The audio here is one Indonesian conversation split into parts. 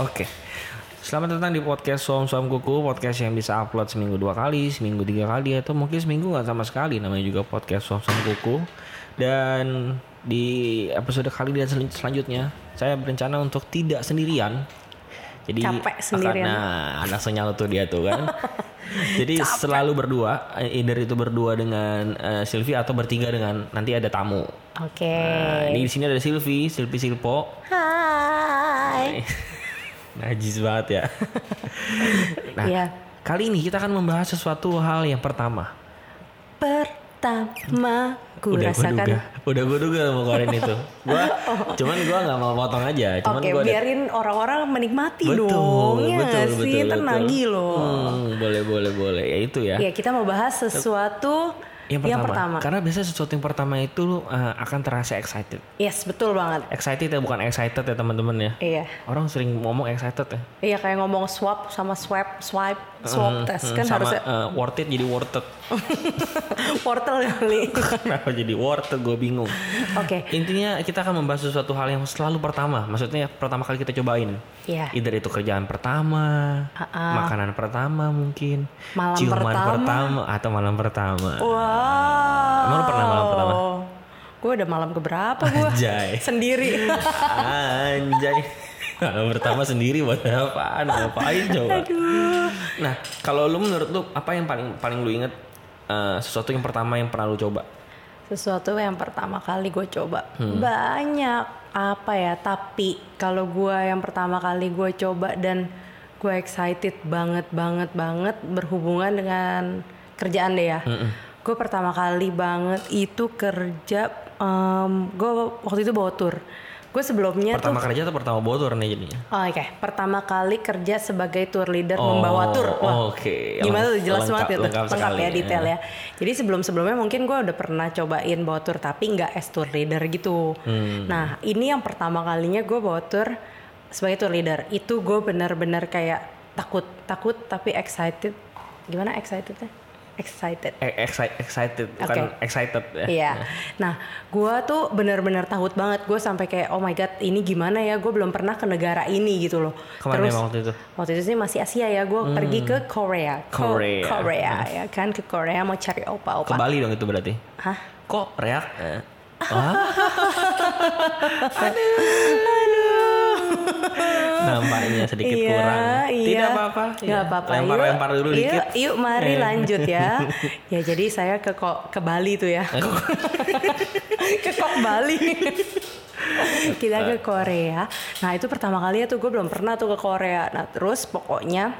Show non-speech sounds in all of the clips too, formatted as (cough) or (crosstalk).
Oke. Selamat datang di podcast Suam Suam Kuku, podcast yang bisa upload seminggu dua kali, seminggu tiga kali, atau mungkin seminggu nggak sama sekali. Namanya juga podcast Suam Suam Kuku. Dan di episode kali dan sel- selanjutnya, saya berencana untuk tidak sendirian. Jadi Capek sendirian. Nah, anak senyal tuh dia tuh (laughs) kan. Jadi selalu berdua, either itu berdua dengan eh, Sylvie atau bertiga dengan nanti ada tamu. Oke. Nah, ini di sini ada Sylvie, Sylvie Silpo, Nah. Hai. Najis banget ya. nah, Iya. kali ini kita akan membahas sesuatu hal yang pertama. Pertama ku udah gue rasakan. duga, udah gue duga mau keluarin itu. Gua, cuman gua nggak mau potong aja. Cuman Oke, gua ada- biarin orang-orang menikmati betul, dong. betul, Ya nggak betul, sih, betul. tenagi loh. Hmm, boleh, boleh, boleh. Ya itu ya. Ya, kita mau bahas sesuatu Yang pertama, Karena biasanya sesuatu yang pertama itu eh, akan terasa excited. Yes, betul banget. Excited ya bukan excited ya teman-teman ya. Iya. Orang sering ngomong excited ya. Iya kayak ngomong swap sama swipe, swipe, swap test Hmm, kan sama, harusnya (laughs) eh, worth it jadi worth it. (laughs) portal kali. Kenapa jadi worth it gue bingung. Oke. Intinya kita akan membahas sesuatu hal yang selalu pertama. Maksudnya pertama kali kita cobain. Iya. Either itu kerjaan pertama, makanan pertama mungkin, Malam ciuman pertama. pertama. atau malam pertama. Wow. Emang lu pernah malam pertama? Gue udah malam keberapa (laughs) gue? Anjay. Sendiri. (laughs) Anjay. (laughs) Malam pertama sendiri buat apaan? Ngapain coba? Nah, kalau lu menurut lu apa yang paling paling lu inget eh, sesuatu yang pertama yang pernah lu coba? Sesuatu yang pertama kali gue coba banyak apa ya tapi kalau gue yang pertama kali gue coba dan gue excited banget banget banget berhubungan dengan kerjaan deh ya. Gue pertama kali banget itu kerja em, gue waktu itu bawa tour. Gue sebelumnya tuh Pertama kerja atau pertama botor nih jadinya? Oh, Oke, pertama kali kerja sebagai tour leader membawa tour. Oh, oke. Gimana tuh Leng- jelas lengkap- banget ya tuh. lengkap lengkap, sekali, ya ya. detail ya. Jadi sebelum-sebelumnya mungkin gue udah pernah cobain bawa tour tapi nggak as tour leader gitu. Hmm. Nah ini yang pertama kalinya gue bawa tour sebagai tour leader. Itu gue benar-benar kayak takut, takut tapi excited. Gimana excitednya? Excited. Eh, exci- excited, bukan Oke. excited ya. Iya. Nah, gue tuh bener-bener takut banget. Gue sampai kayak, oh my god, ini gimana ya? Gue belum pernah ke negara ini gitu loh. Kemana emang waktu itu? Waktu itu sih masih Asia ya. Gue pergi ke Korea. Hmm. Ko- Korea. Korea ya kan ke Korea mau cari Ke opa-opa. Bali dong itu berarti. Hah? Kok reak? Eh. (laughs) Hah? Nampaknya sedikit Iya, kurang. iya. Tidak apa-apa. Nggak Iya. apa-apa. iya. Lempar-lempar Yuk, dulu yuk, dikit. Eh. Yuk, mari lanjut (laughs) ya. ya jadi saya ke Ko- ke Bali tuh ya. Eh. (laughs) ke Kok Bali. (laughs) (laughs) Kita ke Korea. Nah itu pertama kali ya tuh gue belum pernah tuh ke Korea. Nah terus pokoknya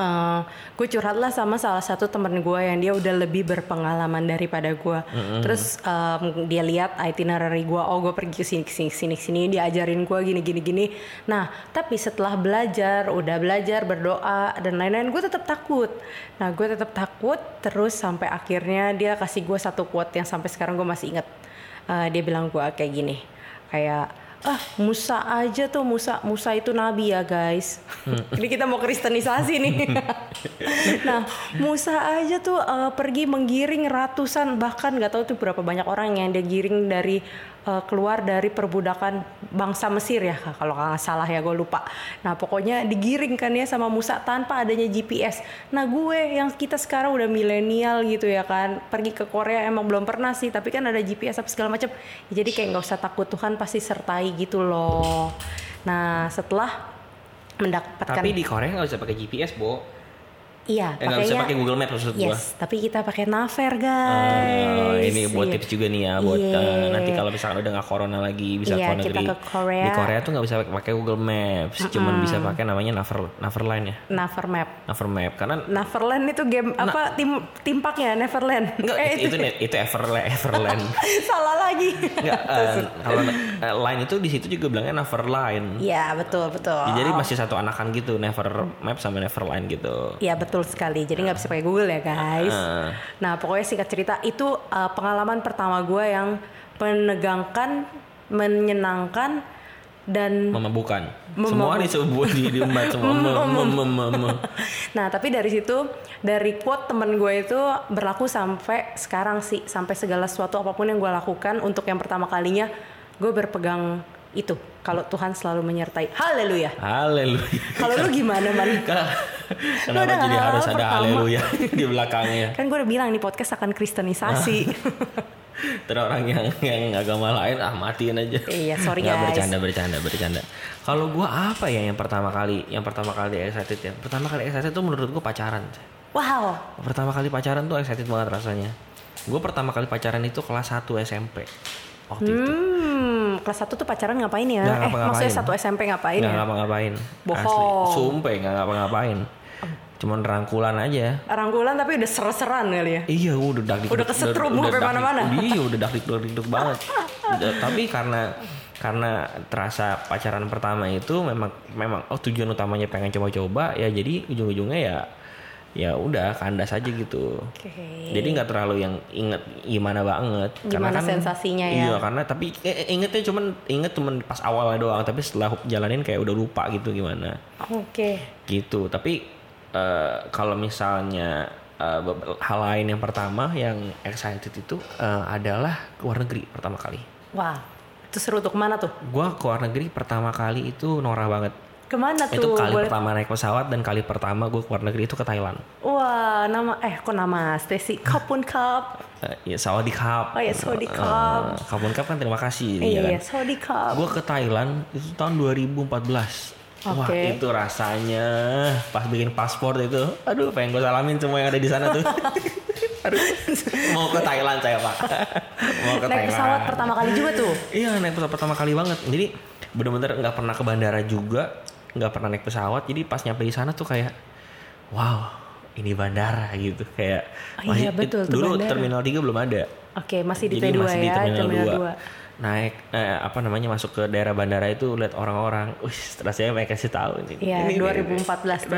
eh, gue curhatlah sama salah satu temen gue yang dia udah lebih berpengalaman daripada gue. Terus em, dia lihat itinerary gue, oh gue pergi ke sini ke sini ke sini ke sini, dia ajarin gue gini gini gini. Nah tapi setelah belajar, udah belajar berdoa dan lain-lain, gue tetap takut. Nah gue tetap takut terus sampai akhirnya dia kasih gue satu quote yang sampai sekarang gue masih inget. Uh, dia bilang gue kayak gini kayak ah Musa aja tuh Musa Musa itu nabi ya guys (laughs) ini kita mau kristenisasi nih nah Musa aja tuh uh, pergi menggiring ratusan bahkan nggak tahu tuh berapa banyak orang yang dia giring dari uh, keluar dari perbudakan bangsa Mesir ya Kak, kalau nggak salah ya gue lupa nah pokoknya digiring kan ya sama Musa tanpa adanya GPS nah gue yang kita sekarang udah milenial gitu ya kan pergi ke Korea emang belum pernah sih tapi kan ada GPS apa segala macam Ya, jadi kayak nggak usah takut Tuhan pasti sertai gitu loh nah setelah mendapatkan Tapi di Korea nggak bisa pakai GPS, Bo. iya Eh, nggak bisa pakai Google Maps maksud gua. yes tapi kita pakai Naver Oh, guys ini buat Iya. tips juga nih ya buat Iya. eh, nanti kalau misalkan udah nggak corona lagi bisa Iya, keluar kita negeri. ke Korea. Di Korea tuh nggak bisa pakai Google Maps, cuman bisa pakai namanya Naver Naverline ya. Naver Map Naver Map karena Neverland itu game apa tim timpaknya Neverland. Enggak, Eh, Nah. itu, itu itu Everland, (laughs) Everland. salah lagi. Enggak, eh, kalau eh, line itu di situ juga bilangnya Neverline. Ya betul betul. Jadi masih satu anakan gitu, Never Map sama Neverline gitu. Ya betul sekali. Jadi nggak bisa pakai Google ya guys. Ah. Nah pokoknya singkat cerita itu uh, pengalaman pertama gue yang menegangkan, menyenangkan dan (laughs) Memabukkan. Semua disebut di diembat semua. Mem, mem, mem, mem, mem. nah tapi dari situ dari quote temen gue itu berlaku sampai sekarang sih sampai segala sesuatu apapun yang gue lakukan untuk yang pertama kalinya gue berpegang itu kalau Tuhan selalu menyertai haleluya Haleluya. kalau lu gimana (laughs) man Lu Kenapa udah jadi halal harus ada pertama. haleluya (laughs) di belakangnya? kan gue udah bilang nih podcast akan kristenisasi Terus orang yang yang agama lain ah matiin aja. Iya, sorry, Nggak, guys. bercanda bercanda bercanda. Kalau gua apa ya yang pertama kali yang pertama kali excited ya? Pertama kali excited tuh menurut gua pacaran. wow Pertama kali pacaran tuh excited banget rasanya. Gua pertama kali pacaran itu kelas 1 SMP. Waktu itu. hmm kelas 1 tuh pacaran ngapain Gitu. ya Nggak eh ngapa-ngapain. maksudnya satu SMP ngapain Nggak ya ngapa-ngapain. Bohong. Asli. Sumpah nggak ngapa-ngapain. Cuman rangkulan aja. rangkulan tapi udah ser-seran kali ya Iya, udah dakdik. Udah kesetrum sampai mana-mana. Iya, udah dakdik dakdik banget. Udah, tapi karena karena terasa pacaran pertama itu memang memang oh tujuan utamanya pengen coba-coba ya jadi ujung-ujungnya ya ya udah kandas aja gitu. oke Jadi nggak terlalu yang inget gimana banget. kan- Gimana sensasinya ya? Iya karena tapi eh, ingetnya cuman inget cuman pas awalnya doang tapi setelah jalanin kayak udah lupa gitu gimana oke gitu tapi eh, kalau misalnya eh, be- hal lain yang pertama yang excited itu eh, adalah ke luar negeri pertama kali wow itu seru tuh kemana tuh gua ke luar negeri pertama kali itu norak banget kemana itu tuh kali Boleh- pertama naik pesawat dan kali pertama gue ke luar negeri itu ke Thailand Wah, nama eh kok nama Stacy Kapun Cup. Eh, ya Sawadee Cup Oh ya, Sawadee Eh, Cup. Kapun Cup kan terima kasih ya Iya, kan? Saudi Cup. Gue ke Thailand itu tahun 2014. Wah Oke. itu rasanya pas bikin paspor itu, aduh pengen gue salamin semua yang ada di sana (laughs) tuh. aduh, mau ke Thailand saya pak, mau ke Thailand. Naik pesawat pertama kali juga tuh. Iya naik pesawat pertama kali banget. Jadi bener-bener nggak pernah ke bandara juga, nggak pernah naik pesawat. Jadi pas nyampe di sana tuh kayak, wow ini bandara gitu kayak. Oh iya, betul, tuh Dulu bandara. terminal 3 belum ada. Oke, masih di Jadi P2 masih ya, di terminal, dua. 2. Naik eh, apa namanya masuk ke daerah bandara itu lihat orang-orang. Wih, rasanya pengen kasih tahu ini. Iya, ini, ini, 2014 tuh,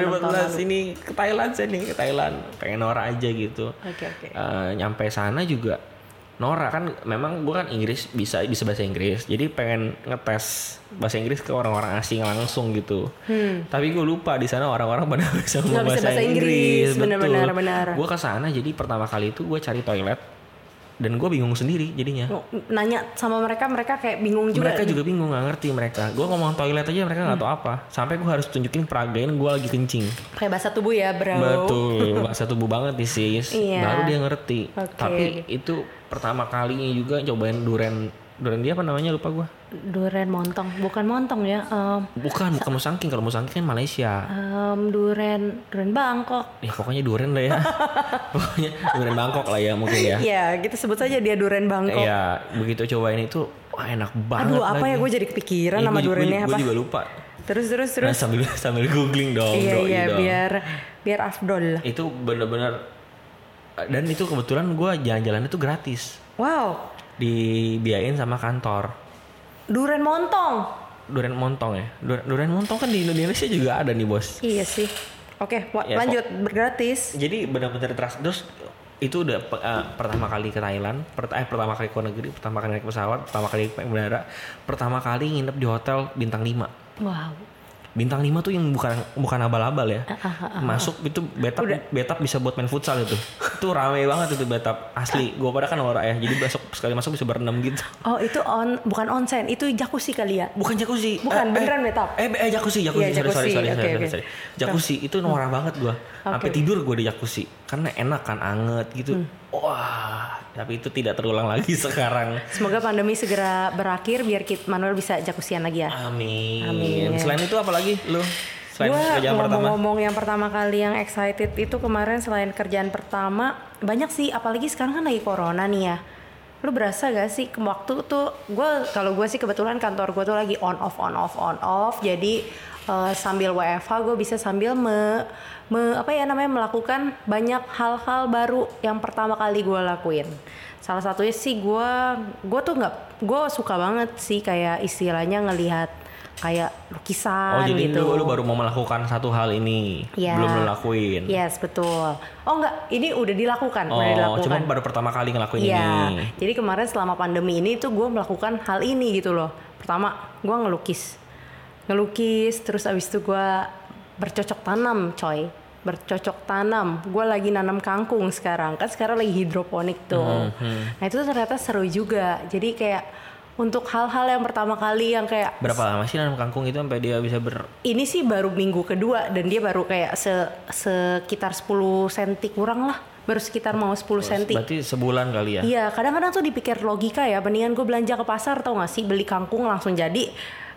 2014 ini ke Thailand saya nih, ke Thailand. Pengen norak aja gitu. Oke, oke. Eh, nyampe sana juga norak kan memang gue kan Inggris bisa bisa bahasa Inggris jadi pengen ngetes bahasa Inggris ke orang-orang asing langsung gitu tapi gue lupa di sana orang-orang pada (laughs) bisa Hmm. Nggak ngomong bisa bahasa, bahasa Inggris, Inggris, benar-benar, benar. gue kesana jadi pertama kali itu gue cari toilet dan gue bingung sendiri jadinya Nanya sama mereka, mereka kayak bingung juga. mereka juga bingung nggak ngerti mereka gue ngomong toilet aja mereka Hmm. nggak tahu apa sampai gue harus tunjukin peragain gue lagi kencing Pakai bahasa tubuh ya, Bro. betul bahasa tubuh banget nih sis Iya. baru dia ngerti Oke. tapi itu pertama kalinya juga cobain duren duren dia apa namanya lupa gue Duren montong, bukan montong ya. em, bukan bukan musangking kalau musangking kan Malaysia em, duren, duren Bangkok. ya pokoknya duren (laughs) lah ya pokoknya duren Bangkok lah ya mungkin ya Iya, kita sebut saja dia duren Bangkok. Iya, begitu cobain itu wah enak banget Aduh, apa lagi. ya gue jadi kepikiran sama durennya Gue apa? juga Nah, oh, lupa. Terus terus Nah, terus. sambil (laughs) sambil googling dong, Iya doi iya, dong. biar biar afdol. Itu bener-bener dan itu kebetulan gue jalan-jalan itu gratis Wow, dibiayain sama kantor. duren montong. Durian montong ya. Durian, durian montong kan di Indonesia juga ada nih bos. Iya sih. Oke, wa- Ya, lanjut bergratis. Jadi benar-benar terasa terus itu udah pe- eh, pertama kali ke Thailand, pert- eh, pertama kali ke luar negeri, pertama kali naik pesawat, pertama kali naik bandara, pertama kali nginep di hotel bintang 5. Wow. Bintang 5 tuh yang bukan bukan abal-abal ya. Masuk itu betap betap bisa buat main futsal itu. itu rame banget itu betap asli. Gua pada kan orang ya. Jadi besok sekali masuk bisa berenam gitu. Oh, itu on bukan onsen, itu jacuzzi kali ya? Bukan jacuzzi. Eh, eh, Bukan, beneran betap. Eh, eh jacuzzi, jacuzzi. Iya, sorry, sorry, jacuzzi. sorry, Oke, sorry, oke. sorry. Jacuzzi itu norak banget gua. Sampai tidur gua di jacuzzi karena enak kan anget gitu. Hmm. Wah, tapi itu tidak terulang lagi (laughs) sekarang. Semoga pandemi segera berakhir biar kita Manuel bisa jacuzzian lagi ya. Amin. Amin. Selain itu apa lagi lu? Selain Gua kerjaan pertama. Oh, ngomong-ngomong yang pertama kali yang excited itu kemarin selain kerjaan pertama banyak sih apalagi sekarang kan lagi corona nih ya lu berasa gak sih ke waktu tuh gue kalau gue sih kebetulan kantor gue tuh lagi on off on off on off jadi eh, sambil WFH gue bisa sambil me, me- apa ya namanya melakukan banyak hal-hal baru yang pertama kali gue lakuin salah satunya sih gue gue tuh nggak gue suka banget sih kayak istilahnya ngelihat kayak lukisan Oh, jadi gitu lu, lu baru mau melakukan satu hal ini. Ya. Belum lu lakuin. Yes, Iya, betul. Oh enggak, ini udah dilakukan, Iya, Oh, udah dilakukan. cuma baru pertama kali ngelakuin Iya. ini. Jadi kemarin selama pandemi ini tuh gue melakukan hal ini gitu loh. Pertama, gue ngelukis, ngelukis. Terus abis itu gue bercocok tanam, coy. Bercocok tanam. Gue lagi nanam kangkung Hmm, sekarang. Kan sekarang lagi hidroponik tuh. Nah itu tuh ternyata seru juga. Jadi kayak untuk hal-hal yang pertama kali yang kayak Berapa lama sih nanam kangkung itu sampai dia bisa ber ini sih baru minggu kedua dan dia baru kayak se- sekitar 10 senti kurang lah baru sekitar mau 10 senti berarti sebulan kali ya? Iya, kadang-kadang tuh dipikir logika ya. Mendingan gue belanja ke pasar tau gak sih beli kangkung langsung jadi.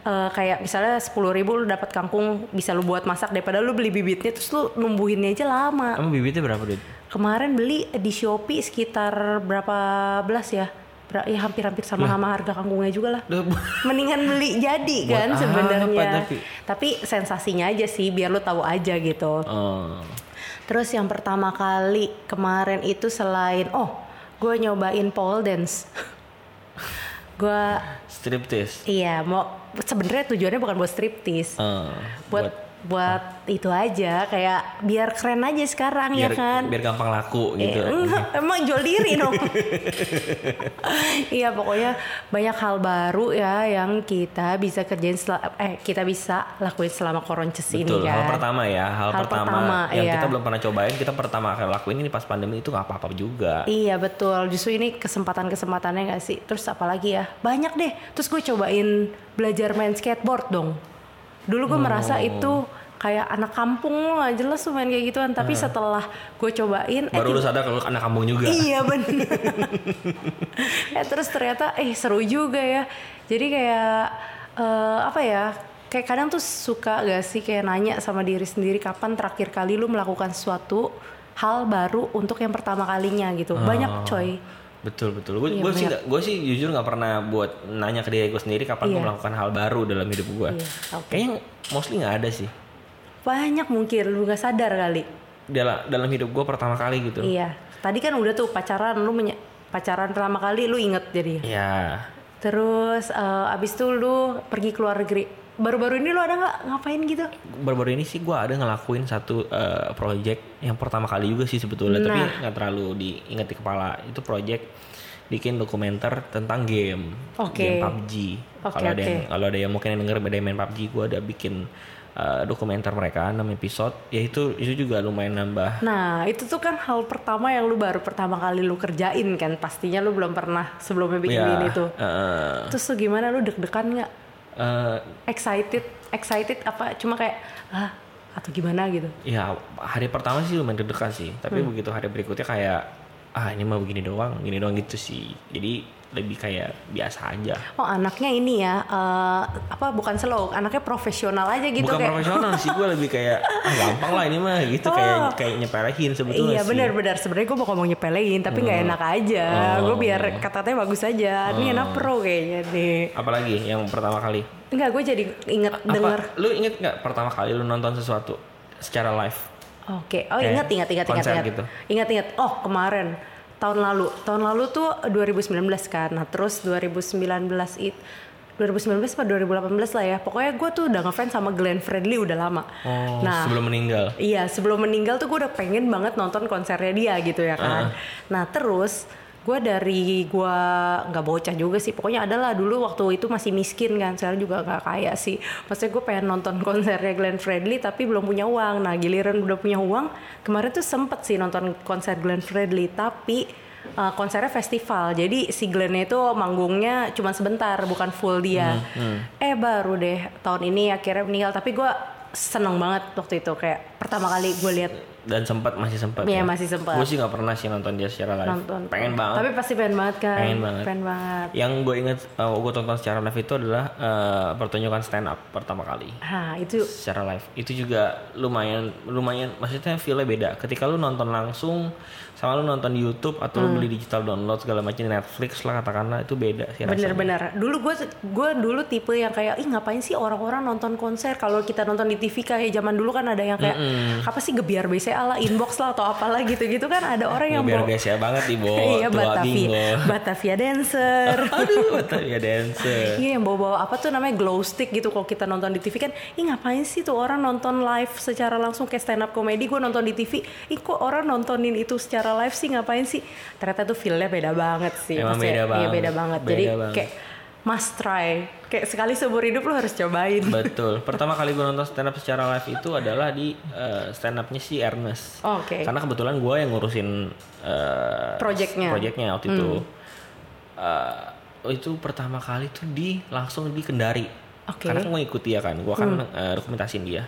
Eh, kayak misalnya sepuluh ribu lu dapat kangkung bisa lu buat masak daripada lu beli bibitnya terus lu numbuhinnya aja lama. Emang bibitnya berapa (laughs) duit? Kemarin beli di Shopee sekitar berapa belas ya? Ber- ya hampir-hampir sama sama harga kangkungnya juga lah. Duh, Mendingan beli jadi kan apa sebenarnya. tapi? Tapi sensasinya aja sih biar lu tahu aja gitu. Oh. Terus yang pertama kali kemarin itu selain oh gue nyobain pole dance, (laughs) gue Striptease. iya mau sebenarnya tujuannya bukan buat striptease, Oh, buat buat itu aja kayak biar keren aja sekarang biar, ya kan. biar gampang laku gitu. Eh, (laughs) enggak, emang jual diri dong. Iya pokoknya banyak hal baru ya yang kita bisa kerjain sel- eh kita bisa lakuin selama koronces ini Betul, kan. hal pertama ya, hal, Hal pertama, pertama, yang iya. kita belum pernah cobain, kita pertama kali lakuin ini pas pandemi itu nggak apa-apa juga. Iya betul, justru ini kesempatan-kesempatannya gak sih? Terus apalagi ya, banyak deh. Terus gue cobain belajar main skateboard dong. Dulu gue Oh. merasa itu kayak anak kampung lo gak jelas tuh main kayak gituan. Tapi setelah gue cobain, eh, Baru lu sadar kalau anak kampung juga. Iya bener. (laughs) ya terus ternyata eh seru juga ya. Jadi kayak eh, apa ya? Kayak kadang tuh suka gak sih kayak nanya sama diri sendiri kapan terakhir kali lu melakukan suatu hal baru untuk yang pertama kalinya gitu. Banyak coy. Betul betul. Gue Iya, gue sih gue sih jujur nggak pernah buat nanya ke diri gue sendiri kapan gue Iya. melakukan hal baru dalam hidup gue. Iya, oke. Kayaknya mostly nggak ada sih. Banyak mungkin lu gak sadar kali. Dalam dalam hidup gue pertama kali gitu. Iya. Tadi kan udah tuh pacaran lu menye- pacaran pertama kali lu inget jadi. Ya Terus eh, abis itu lu pergi ke luar negeri. Baru-baru ini lu ada nggak ngapain gitu? baru-baru ini sih gue ada ngelakuin satu eh, project yang pertama kali juga sih sebetulnya tapi Nah. nggak terlalu diingat di kepala itu project bikin dokumenter tentang game game Oke. PUBG Oke, kalau ada yang oke. kalau ada yang mungkin yang denger ada yang main PUBG gue ada bikin eh, dokumenter mereka 6 episode ya itu itu juga lumayan nambah Nah, itu tuh kan hal pertama yang lu baru pertama kali lu kerjain kan. Pastinya lu belum pernah sebelumnya bikin ya ini tuh. eh, Terus tuh gimana lu deg-degan nggak? eh, Excited? Excited apa cuma kayak ah atau gimana gitu. ya hari pertama sih lumayan deg-degan sih tapi Hmm. begitu hari berikutnya kayak ah ini mah begini doang begini doang gitu sih jadi lebih kayak biasa aja Oh, anaknya ini ya eh, apa bukan slow, anaknya profesional aja gitu bukan kayak. profesional sih gue lebih kayak ah gampang lah ini mah gitu kayak kayak nyepelehin sebetulnya Oh. Iya sih. Hmm. benar-benar sebenarnya gue mau ngomong nyepelein tapi nggak enak aja. Gue biar Oh. katanya bagus aja. Ini anak Hmm. pro kayaknya nih. apalagi yang pertama kali Enggak, gue jadi inget denger. apa lu inget nggak pertama kali lu nonton sesuatu secara live Oke, oh Kayak ingat ingat ingat ingat konser ingat. gitu. Ingat ingat. Oh, kemarin tahun lalu. Tahun lalu tuh 2019 kan. Nah, terus 2019 itu 2019 atau 2018 lah ya. Pokoknya gue tuh udah ngefans sama Glenn Fredly udah lama. oh nah, sebelum meninggal Iya, sebelum meninggal tuh gue udah pengen banget nonton konsernya dia gitu ya kan. Nah terus gue dari gue nggak bocah juga sih, pokoknya adalah dulu waktu itu masih miskin kan, sekarang juga gak kaya sih. Maksudnya gue pengen nonton (laughs) konsernya Glenn Fredly tapi belum punya uang. Nah giliran udah punya uang, kemarin tuh sempet sih nonton konser Glenn Fredly tapi uh, konsernya festival. Jadi si Glennnya itu manggungnya cuma sebentar, bukan full dia. Eh baru deh tahun ini akhirnya meninggal. Tapi gue seneng banget waktu itu kayak pertama kali gue lihat dan sempat masih sempat Iya, masih sempat. gue sih nggak pernah sih nonton dia secara live nonton pengen banget tapi pasti pengen banget kan Pengen banget. banget. yang gue inget gue tonton secara live itu adalah eh, pertunjukan stand up pertama kali Hah, Nah, itu secara live itu juga lumayan lumayan maksudnya feel-nya beda ketika lu nonton langsung sama lu nonton di YouTube atau Hmm. lu beli digital download segala macam di Netflix lah katakanlah itu beda sih rasanya. bener-bener dulu gue gue dulu tipe yang kayak ih ngapain sih orang-orang nonton konser kalau kita nonton di TV kayak zaman dulu kan ada yang kayak apa sih gebiar BCA lah inbox lah atau apalah gitu-gitu kan ada orang yang biar bawa- biasa banget nih Bo (laughs) tua iya bingo Batavia Batavia dancer aduh Batavia dancer Iya yang bawa-bawa apa tuh namanya glow stick gitu kalau kita nonton di TV kan Ih ngapain sih tuh orang nonton live secara langsung kayak stand up comedy gue nonton di TV Ih kok orang nontonin itu secara live sih ngapain sih Ternyata tuh feel-nya beda banget sih Emang beda Maksudnya, Iya banget. beda banget Beda Jadi banget. kayak must try Kayak sekali seumur hidup lo harus cobain betul pertama kali gue nonton stand up secara live itu adalah di eh, stand upnya si Ernest Oke Karena kebetulan gue yang ngurusin eh, Projectnya. Hmm. projectnya waktu itu. Eh, itu pertama kali tuh di langsung di Kendari. Oke. Hmm. Karena gue ngikut dia kan, gue kan eh, rekomendasiin dia.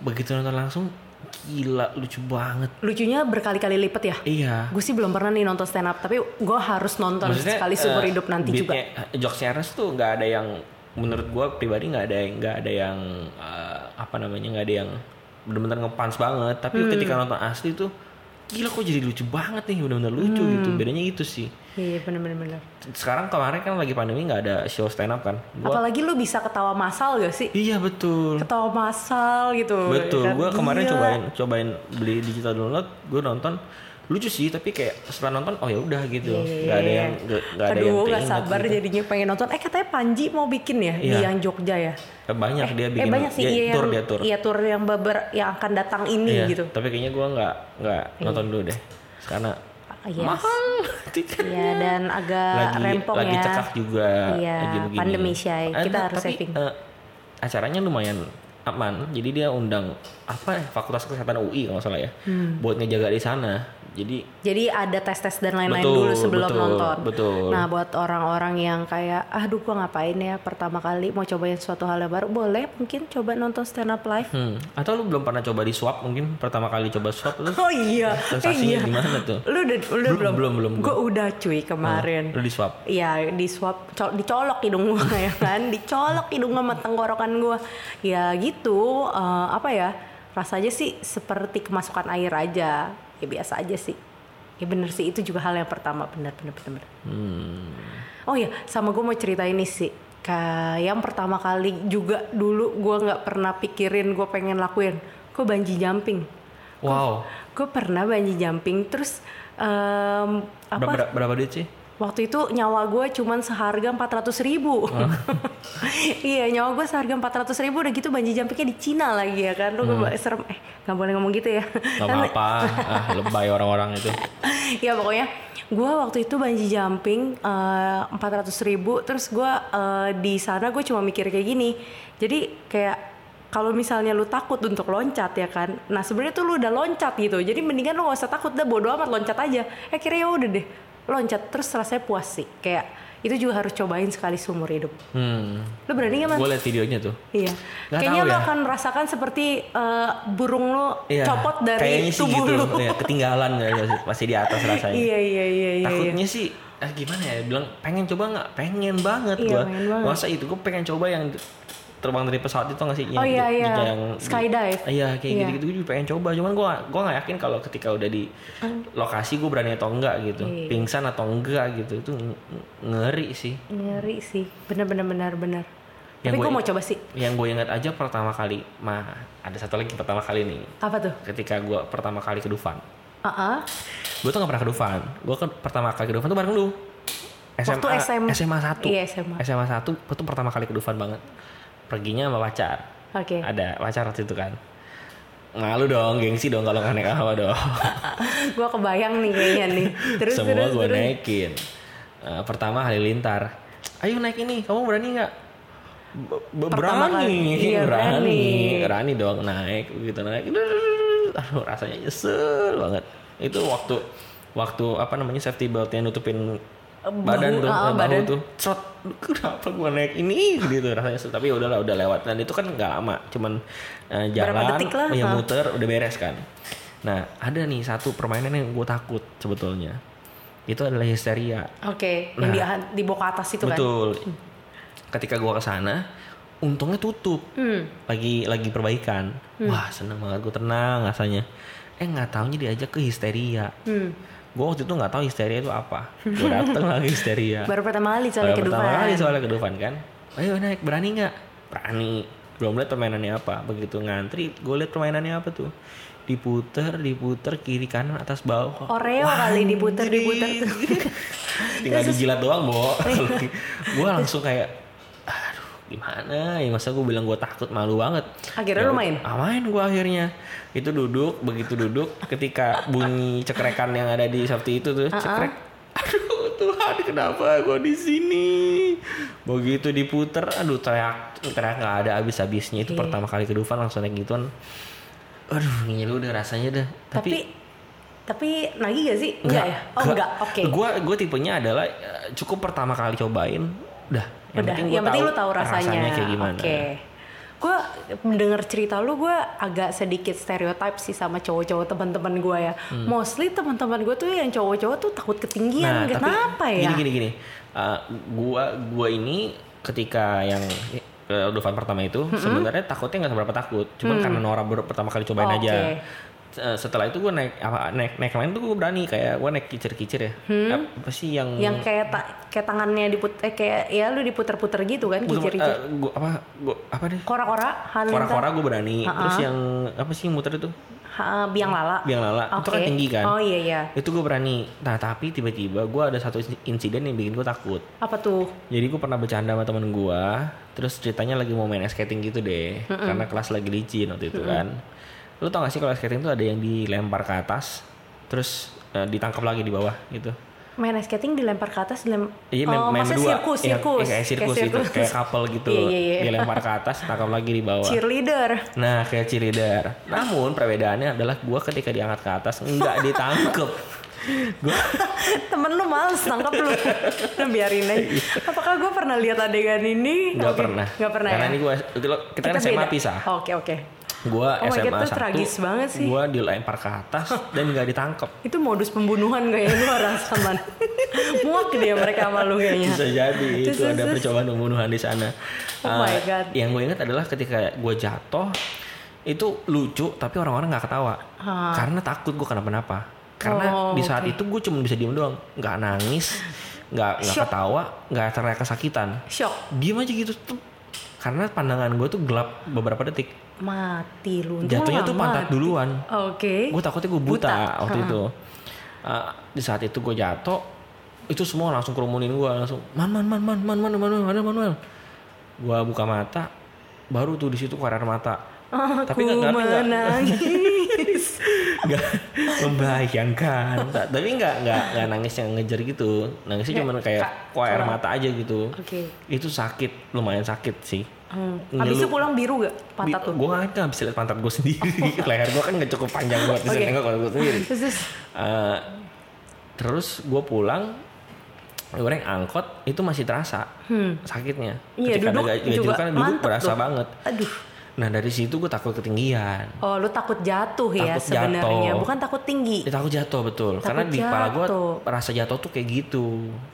Begitu nonton langsung, gila lucu banget. Lucunya berkali-kali lipat ya. Iya. Gue sih belum pernah nih nonton stand up, tapi gue harus nonton sekali seumur eh, hidup nanti juga. beatnya, eh, Jokesnya Ernest tuh nggak ada yang menurut gue pribadi nggak ada yang nggak ada yang eh, apa namanya nggak ada yang bener-bener ngepans banget. Tapi Hmm. ketika nonton asli tuh gila kok jadi lucu banget nih bener-bener lucu Hmm. gitu. Bedanya itu sih. Iya, bener-bener. Sekarang kemarin kan lagi pandemi nggak ada show stand up kan. Gua- Apalagi lu bisa ketawa masal gak sih? Iya betul. Ketawa masal gitu. Betul, ya kan? gue kemarin Gila. cobain cobain beli digital download, gue nonton lucu sih, tapi kayak setelah nonton oh ya udah gitu, nggak ada yang nggak nggak ada yang Iya, Aduh, gak keinget sabar gitu. jadinya pengen nonton. Eh katanya Panji mau bikin ya di Iya. yang Jogja ya? Eh, banyak dia bikin, eh banyak sih dia iya yang tour dia tour, iya tour yang beber yang akan datang ini Iya, gitu. Tapi kayaknya gue nggak nggak nonton dulu deh, karena Iya. (laughs) mahal tiket. Iya dan agak lagi rempong lagi ya. cekak juga, Iya, lagi begini. pandemi, Shay. Eh, Kita ta- harus tapi, saving. eh, acaranya lumayan aman, jadi dia undang apa ya Fakultas Kesehatan UI kalau nggak salah ya, Hmm. buat ngejaga di sana. Jadi Jadi ada tes-tes dan lain-lain Betul, dulu sebelum betul, nonton. betul. Nah, buat orang-orang yang kayak aduh gua ngapain ya pertama kali mau cobain suatu hal yang baru, boleh mungkin coba nonton stand up live. (laughs) Hmm. Atau lu belum pernah coba di swab mungkin pertama kali coba swab terus Oh (laughs) iya. sensasinya Eh, iya. gimana tuh? Lu udah lu Belum, belum belum, belum, Gue udah cuy kemarin. Lu di swab. Iya di swab col- dicolok hidung gua (laughs) ya kan dicolok hidung sama tenggorokan gua ya gitu eh, apa ya rasanya sih seperti kemasukan air aja ya biasa aja sih ya bener sih itu juga hal yang pertama bener bener bener, bener. oh ya sama gua mau cerita ini sih kayak yang pertama kali juga dulu gua nggak pernah pikirin gue pengen lakuin gue banji jumping Wow. gue pernah banji jumping terus em, apa Berapa, berapa duit sih? Waktu itu nyawa gue cuman seharga 400 ribu. (laughs) iya nyawa gue seharga 400 ribu udah gitu banji jumpingnya di Cina lagi ya kan. Lu gua serem. Eh gak boleh ngomong gitu ya. Gak apa-apa. (laughs) ah, lebay orang-orang itu. ya pokoknya gue waktu itu banji jumping eh, empat ratus ribu terus gue di sana gue cuma mikir kayak gini jadi kayak kalau misalnya lu takut untuk loncat ya kan nah sebenarnya tuh lu udah loncat gitu jadi mendingan lu gak usah takut deh bodo amat loncat aja akhirnya ya udah deh loncat terus rasanya puas sih kayak itu juga harus cobain sekali seumur hidup Hmm. lu berani gak man? Gue liat videonya tuh. Iya, Nggak kayaknya tahu lu ya. akan merasakan seperti eh, burung lu Iya, copot dari kayaknya sih tubuh gitu. lu. Iya, ketinggalan ya, masih di atas rasanya. Iya iya iya iya. iya. Takutnya sih eh, gimana ya bilang pengen coba nggak pengen banget Iya, gua pengen banget. masa itu gue pengen coba yang terbang dari pesawat itu nggak sih Oh, iya, iya. yang Skydive. iya kayak Iya. gitu gitu gue pengen coba cuman gue gua nggak yakin kalau ketika udah di lokasi gue berani atau enggak gitu Iya. pingsan atau enggak gitu itu ng- ngeri sih Ngeri sih, bener-bener benar-benar. Yang Tapi gue- gue mau coba sih. yang gue ingat aja pertama kali mah ada satu lagi pertama kali nih Apa tuh? ketika gue pertama kali ke Dufan Heeh. gue tuh gak pernah ke Dufan gue kan pertama kali ke Dufan tuh bareng lu Waktu SM. SMA 1 Iya, SMA. SMA 1 itu pertama kali ke Dufan banget perginya sama pacar Oke. (laughs) ada pacar waktu itu kan malu dong gengsi dong kalau nggak naik apa dong gue kebayang nih kayaknya nih. Terus semua terus gue terus. naikin Eh, pertama halilintar ayo naik ini kamu berani nggak Be- be- Pertama berani, kali. Iya, berani, berani. berani dong naik, gitu naik, aduh rasanya nyesel banget. Itu waktu waktu apa namanya safety beltnya nutupin badan bahu, tuh, ah, eh, bahu badan. tuh, Cerot, kenapa gua naik ini gitu rasanya. nyesel. Tapi udahlah udah lewat dan itu kan nggak lama, cuman eh, jalan, detik lah, ya ha. muter udah beres kan. Nah ada nih satu permainan yang gue takut sebetulnya itu adalah histeria. Oke, yang di, di bawah atas itu kan. Nah. Betul. Ketika gua ke sana, untungnya tutup. Hmm. Lagi lagi perbaikan. Wah, seneng banget gue tenang rasanya. Eh nggak taunya diajak ke histeria. Hmm. Gue waktu itu nggak tahu histeria itu (laughs) apa. Gue dateng lagi histeria. Baru pertama kali Soalnya soalnya kedua. Nah. pertama kali soalnya kedufan kan. Ayo naik, berani nggak? Berani. Belum lihat permainannya apa. Begitu ngantri, gue lihat permainannya apa tuh. Diputer, diputer kiri kanan atas bawah. Oreo kali diputer Jadi- diputer. (laughs) tinggal dijilat doang (laughs) bo Iya. gue langsung kayak aduh gimana ya masa gue bilang gue takut malu banget Akhirnya Ya lu udah, main? ah, main gue akhirnya itu duduk begitu duduk ketika bunyi cekrekan yang ada di safety itu tuh cekrek aduh Tuhan kenapa gue di sini begitu diputer aduh teriak teriak nggak ada habis habisnya itu pertama kali ke Dufan langsung naik gituan aduh ngilu udah rasanya dah Tapi tapi, tapi, Tapi nagih gak sih? Enggak ya? Oh enggak, oke. Gue gue tipenya adalah eh, cukup pertama kali cobain, udah. Udah, gua yang penting lu tahu rasanya. kayak gimana. Oke. Iya, Gue mendengar cerita lu gue agak sedikit stereotype sih sama cowok-cowok teman-teman gue ya. Hmm. Mostly teman-teman gue tuh yang cowok-cowok tuh takut ketinggian. Nah, tapi Kenapa ya? Gini gini gini. Eh, gua gua ini ketika yang eh, Dovan pertama itu sebenarnya takutnya nggak seberapa takut, cuman karena Nora baru pertama kali cobain Mm. Oke. aja. Eh, setelah itu gue naik apa naik naik lain tuh gue berani kayak gue naik kicir-kicir ya. Apa sih yang Hmm? Yang kayak ta- kayak tangannya diput eh, kayak ya lu diputer-puter gitu kan Eh, kicir-kicir. gua apa gua apa deh? Kora-kora, halinta, Kora-kora gue berani. Terus yang apa sih yang muter itu? ha, biang lala. Biang lala. Itu kan Oke. tinggi kan? Oh iya iya. Itu gue berani. Nah, tapi tiba-tiba gue ada satu insiden yang bikin gue takut. Apa tuh? Jadi gue pernah bercanda sama temen gue, terus ceritanya lagi mau main ice skating gitu deh, karena kelas lagi licin waktu itu kan. Lo tau gak sih kalau ice skating tuh ada yang dilempar ke atas, terus eh, ditangkap lagi di bawah gitu. Main ice skating dilempar ke atas, dilem- Iya, main, oh, main maksudnya berdua. sirkus, Iya, sirkus. iya, kayak sirkus, gitu, kayak couple gitu. Iya, iya, iya. Dilempar ke atas, tangkap lagi di bawah. Cheerleader. Nah, kayak cheerleader. Namun perbedaannya adalah gua ketika diangkat ke atas (laughs) nggak ditangkep. Gua Temen lu males nangkap (laughs) lu. Lu biarin aja. Apakah gue pernah lihat adegan ini? nggak Oke. pernah. Nggak pernah Karena ya? ini gua kita, kan SMA beda. pisah. Oke, oke. Gua Oh my SMA God, itu satu, tragis banget sih. Gua dilempar ke (laughs) atas dan nggak ditangkep. Itu modus pembunuhan kayaknya lu orang sama. (laughs) Muak dia mereka sama lu kayaknya. Bisa jadi Iya. Terus, itu terus, ada terus. percobaan pembunuhan di sana. Oh Eh, my God. Yang gue ingat adalah ketika gue jatuh itu lucu tapi orang-orang nggak ketawa karena takut gue kenapa-napa. Karena Oh, di saat itu gue cuma bisa diem doang, nggak nangis, nggak nggak Shock. ketawa, nggak teriak kesakitan. Shock. Diem aja gitu tuh. Karena pandangan gue tuh gelap beberapa detik. Mati lu. Untung Jatuhnya lu tuh nggak pantat mati. duluan Oke. gue takutnya gue buta, waktu itu Eh, di saat itu gue jatuh itu semua langsung kerumunin gue langsung man man man man man man man man man man man gue buka mata baru tuh di situ keluar air mata tapi nggak ngerti Aku nggak (laughs) menangis. nggak membayangkan Ta- tapi nggak nggak nggak nangis yang ngejar gitu nangisnya cuma kayak keluar air mata aja gitu Oke. itu sakit lumayan sakit sih Hmm. Abis itu pulang biru gak pantat lu? gue nggak nggak bisa lihat pantat gue (laughs) sendiri leher gue kan nggak cukup panjang buat bisa Oke. nengok pantat gue sendiri Terus, terus. Eh, terus gue pulang goreng angkot itu masih terasa sakitnya Iya, duduk ada gaj- juga gajrukan, duduk mantep berasa tuh. banget Aduh. nah dari situ gue takut ketinggian Oh, lu takut jatuh ya Takut sebenarnya, jatuh. bukan takut tinggi. Ya, takut jatuh betul Takut karena di kepala gue jatuh. rasa jatuh tuh kayak gitu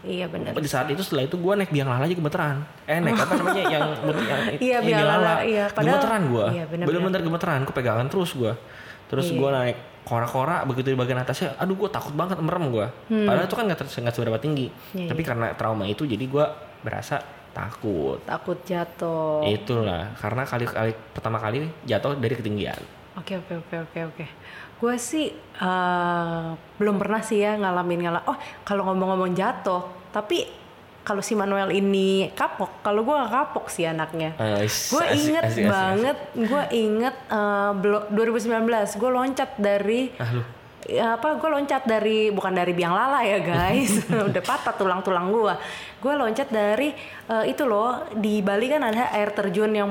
Iya benar. di saat itu setelah itu gue naik biang lala aja gemeteran eh naik apa namanya yang (laughs) mut- yang, Oh. Iya, biang biang lala, iya. Padahal- gemeteran gue Iya, bener-bener. bener-bener gemeteran gue pegangan terus gue terus gue naik kora-kora begitu di bagian atasnya aduh gue takut banget merem gue padahal itu kan nggak ter- nggak seberapa tinggi Hmm. Iya, tapi karena trauma itu jadi gue berasa takut Takut jatuh. itulah karena kali kali pertama kali jatuh dari ketinggian Oke oke oke oke oke. Gue sih eh, belum pernah sih ya ngalamin ngalah. Oh kalau ngomong-ngomong jatuh, tapi kalau si Manuel ini kapok, kalau gue gak kapok sih anaknya. Eh, Gue asik, inget asik, asik, banget, gue inget eh, belo- 2019 gue loncat dari asik. ah lu Ya, apa gue loncat dari bukan dari biang lala ya (laughs) guys udah patah tulang-tulang gue gue loncat dari eh, itu loh di Bali kan ada air terjun yang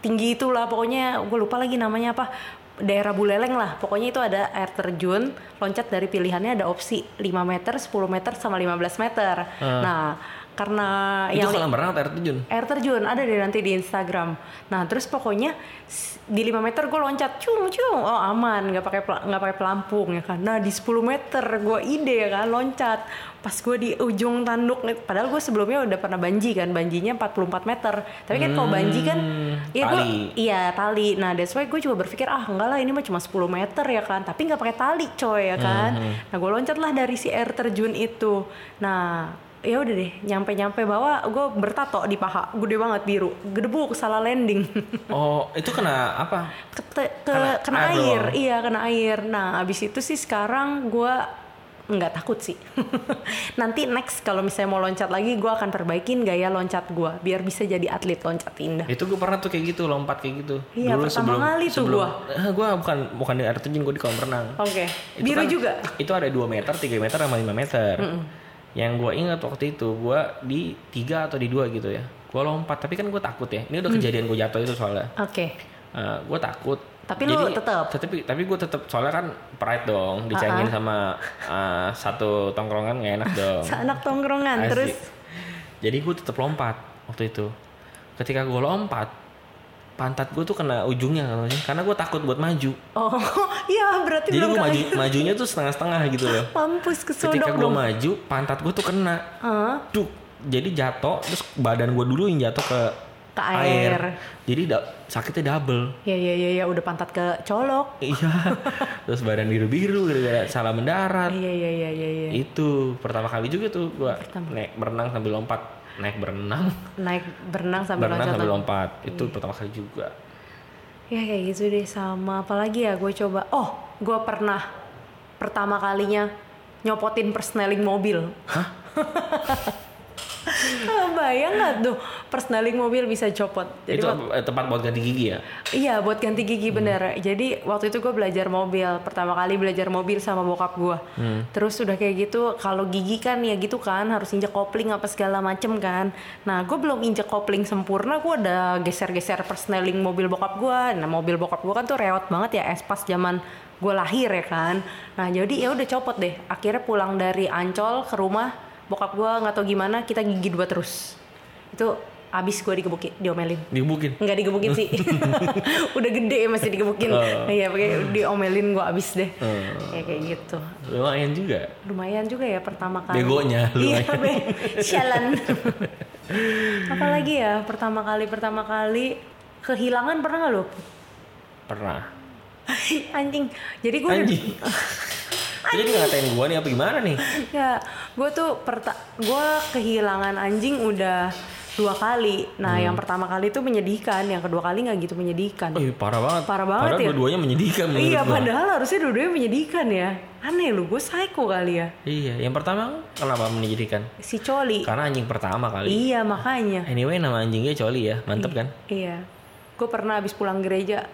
tinggi itulah pokoknya gue lupa lagi namanya apa daerah Buleleng lah pokoknya itu ada air terjun loncat dari pilihannya ada opsi 5 meter 10 meter sama 15 meter nah karena Ah. itu kolam renang atau air (laughs) terjun air terjun ada deh nanti di Instagram. Nah terus pokoknya s- di 5 meter gue loncat cung cung oh aman nggak pakai pela- nggak pakai pelampung ya kan. Nah di 10 meter gue ide ya kan loncat pas gue di ujung tanduk nih, padahal gue sebelumnya udah pernah banji kan banjinya 44 meter tapi kan kalau banji kan ya gue Hmm. tali. Iya tali. Nah that's why gue juga berpikir ah enggak lah ini mah cuma 10 meter ya kan. Tapi nggak pakai tali coy ya kan. Hmm. Nah gue loncat lah dari si air terjun itu. Nah ya udah deh nyampe-nyampe bawah gue bertato di paha gede banget biru gedebuk salah landing (laughs) oh itu kena apa ke, te- Kena ke- kena, air air, doang. iya kena air nah abis itu sih sekarang gue nggak takut sih (laughs) nanti next kalau misalnya mau loncat lagi gue akan perbaikin gaya loncat gue biar bisa jadi atlet loncat indah Itu gue pernah tuh kayak gitu, lompat kayak gitu. Iya, pertama kali tuh sebelum, Gue bukan bukan di air terjun, gue di kolam renang. oke Itu biru kan- juga Itu ada 2 meter, 3 meter, sama 5 meter. Yang gue ingat waktu itu, gue di 3 atau di 2 gitu Mm. ya. Gue lompat, tapi kan gue takut ya. Ini udah kejadian gue jatuh itu soalnya. Oke, gue takut. Tapi lu Jadi, tetap. Tapi tapi gue tetap soalnya kan pride dong dicengin Ah, sama uh, satu tongkrongan nggak enak (laughs) dong. Anak tongkrongan Asik. terus Jadi gue tetap lompat waktu itu. Ketika gue lompat, pantat gue tuh kena ujungnya kalau nggak salah. karena gue takut buat maju. oh (laughs) iya berarti Jadi belum gue maju, kali majunya tuh setengah-setengah gitu (gasps) loh. mampus kesodok Ketika gue dong. maju, pantat gue tuh kena. Heeh. Duk. Jadi jatuh, terus badan gue dulu yang jatuh ke Ke air. Jadi da- sakitnya double. (laughs) Ya ya ya ya udah pantat ke colok. Iya. Terus badan biru-biru gara-gara salah mendarat. Iya iya iya iya iya. Itu pertama kali juga tuh gua naik berenang sambil lompat, naik berenang, Naik berenang sambil berenang loncat. Hmm. sambil lompat. Itu pertama kali juga. Ya kayak gitu deh sama apalagi ya gue coba. Oh, gue pernah pertama kalinya nyopotin persneling mobil. Hah? (laughs) Bayang nggak tuh persneling mobil bisa copot. Jadi itu apa- eh, tempat buat ganti gigi ya. Iya buat ganti gigi bener. Jadi waktu itu gue belajar mobil pertama kali belajar mobil sama bokap gue. Terus udah kayak gitu kalau gigi kan ya gitu kan harus injek kopling apa segala macem kan. Nah gue belum injek kopling sempurna gue udah geser-geser persneling mobil bokap gue. Nah mobil bokap gue kan tuh reot banget ya espas zaman gue lahir ya kan. Nah jadi ya udah copot deh. Akhirnya pulang dari Ancol ke rumah bokap gue nggak tahu gimana kita gigi dua terus. Itu abis gue dikebukin diomelin. Digebukin. Nggak digebukin (laughs) sih. Udah gede masih digebukin. Oh. Iya, pakai diomelin gua abis deh. Ah. Ya kayak gitu. Lumayan juga. Lumayan juga ya pertama kali. Begonya, Iya, (laughs) be. Sialan. Apalagi ya pertama kali pertama kali kehilangan pernah nggak lo? Pernah. (laughs) Anjing. Jadi gue (laughs) Anjing. Jadi dia ngatain gua nih apa gimana nih? ya gue tuh perta gue kehilangan anjing udah dua kali. Nah, Hmm. yang pertama kali itu menyedihkan, yang kedua kali nggak gitu menyedihkan. Eh, parah banget. Parah banget Padahal ya. dua-duanya menyedihkan menurut Iya, gua. padahal harusnya dua-duanya menyedihkan ya. Aneh lu, gue psycho kali ya. Iya, yang pertama kenapa menyedihkan? Si Coli. Karena anjing pertama kali. Iya, makanya. Anyway nama anjingnya Coli ya, mantep kan? Iya. Gue pernah habis pulang gereja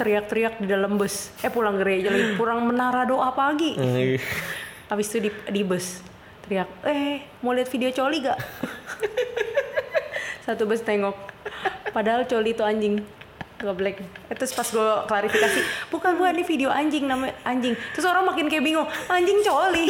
teriak-teriak di dalam bus. Eh pulang gereja lagi, pulang menara doa pagi. (laughs) Habis itu di, di bus teriak, "Eh, mau lihat video Coli gak?" Satu bus tengok. Padahal Coli itu anjing. Goblek. Eh, Terus pas gue klarifikasi, bukan bukan ini video anjing namanya anjing. Terus orang makin kayak bingung, anjing coli.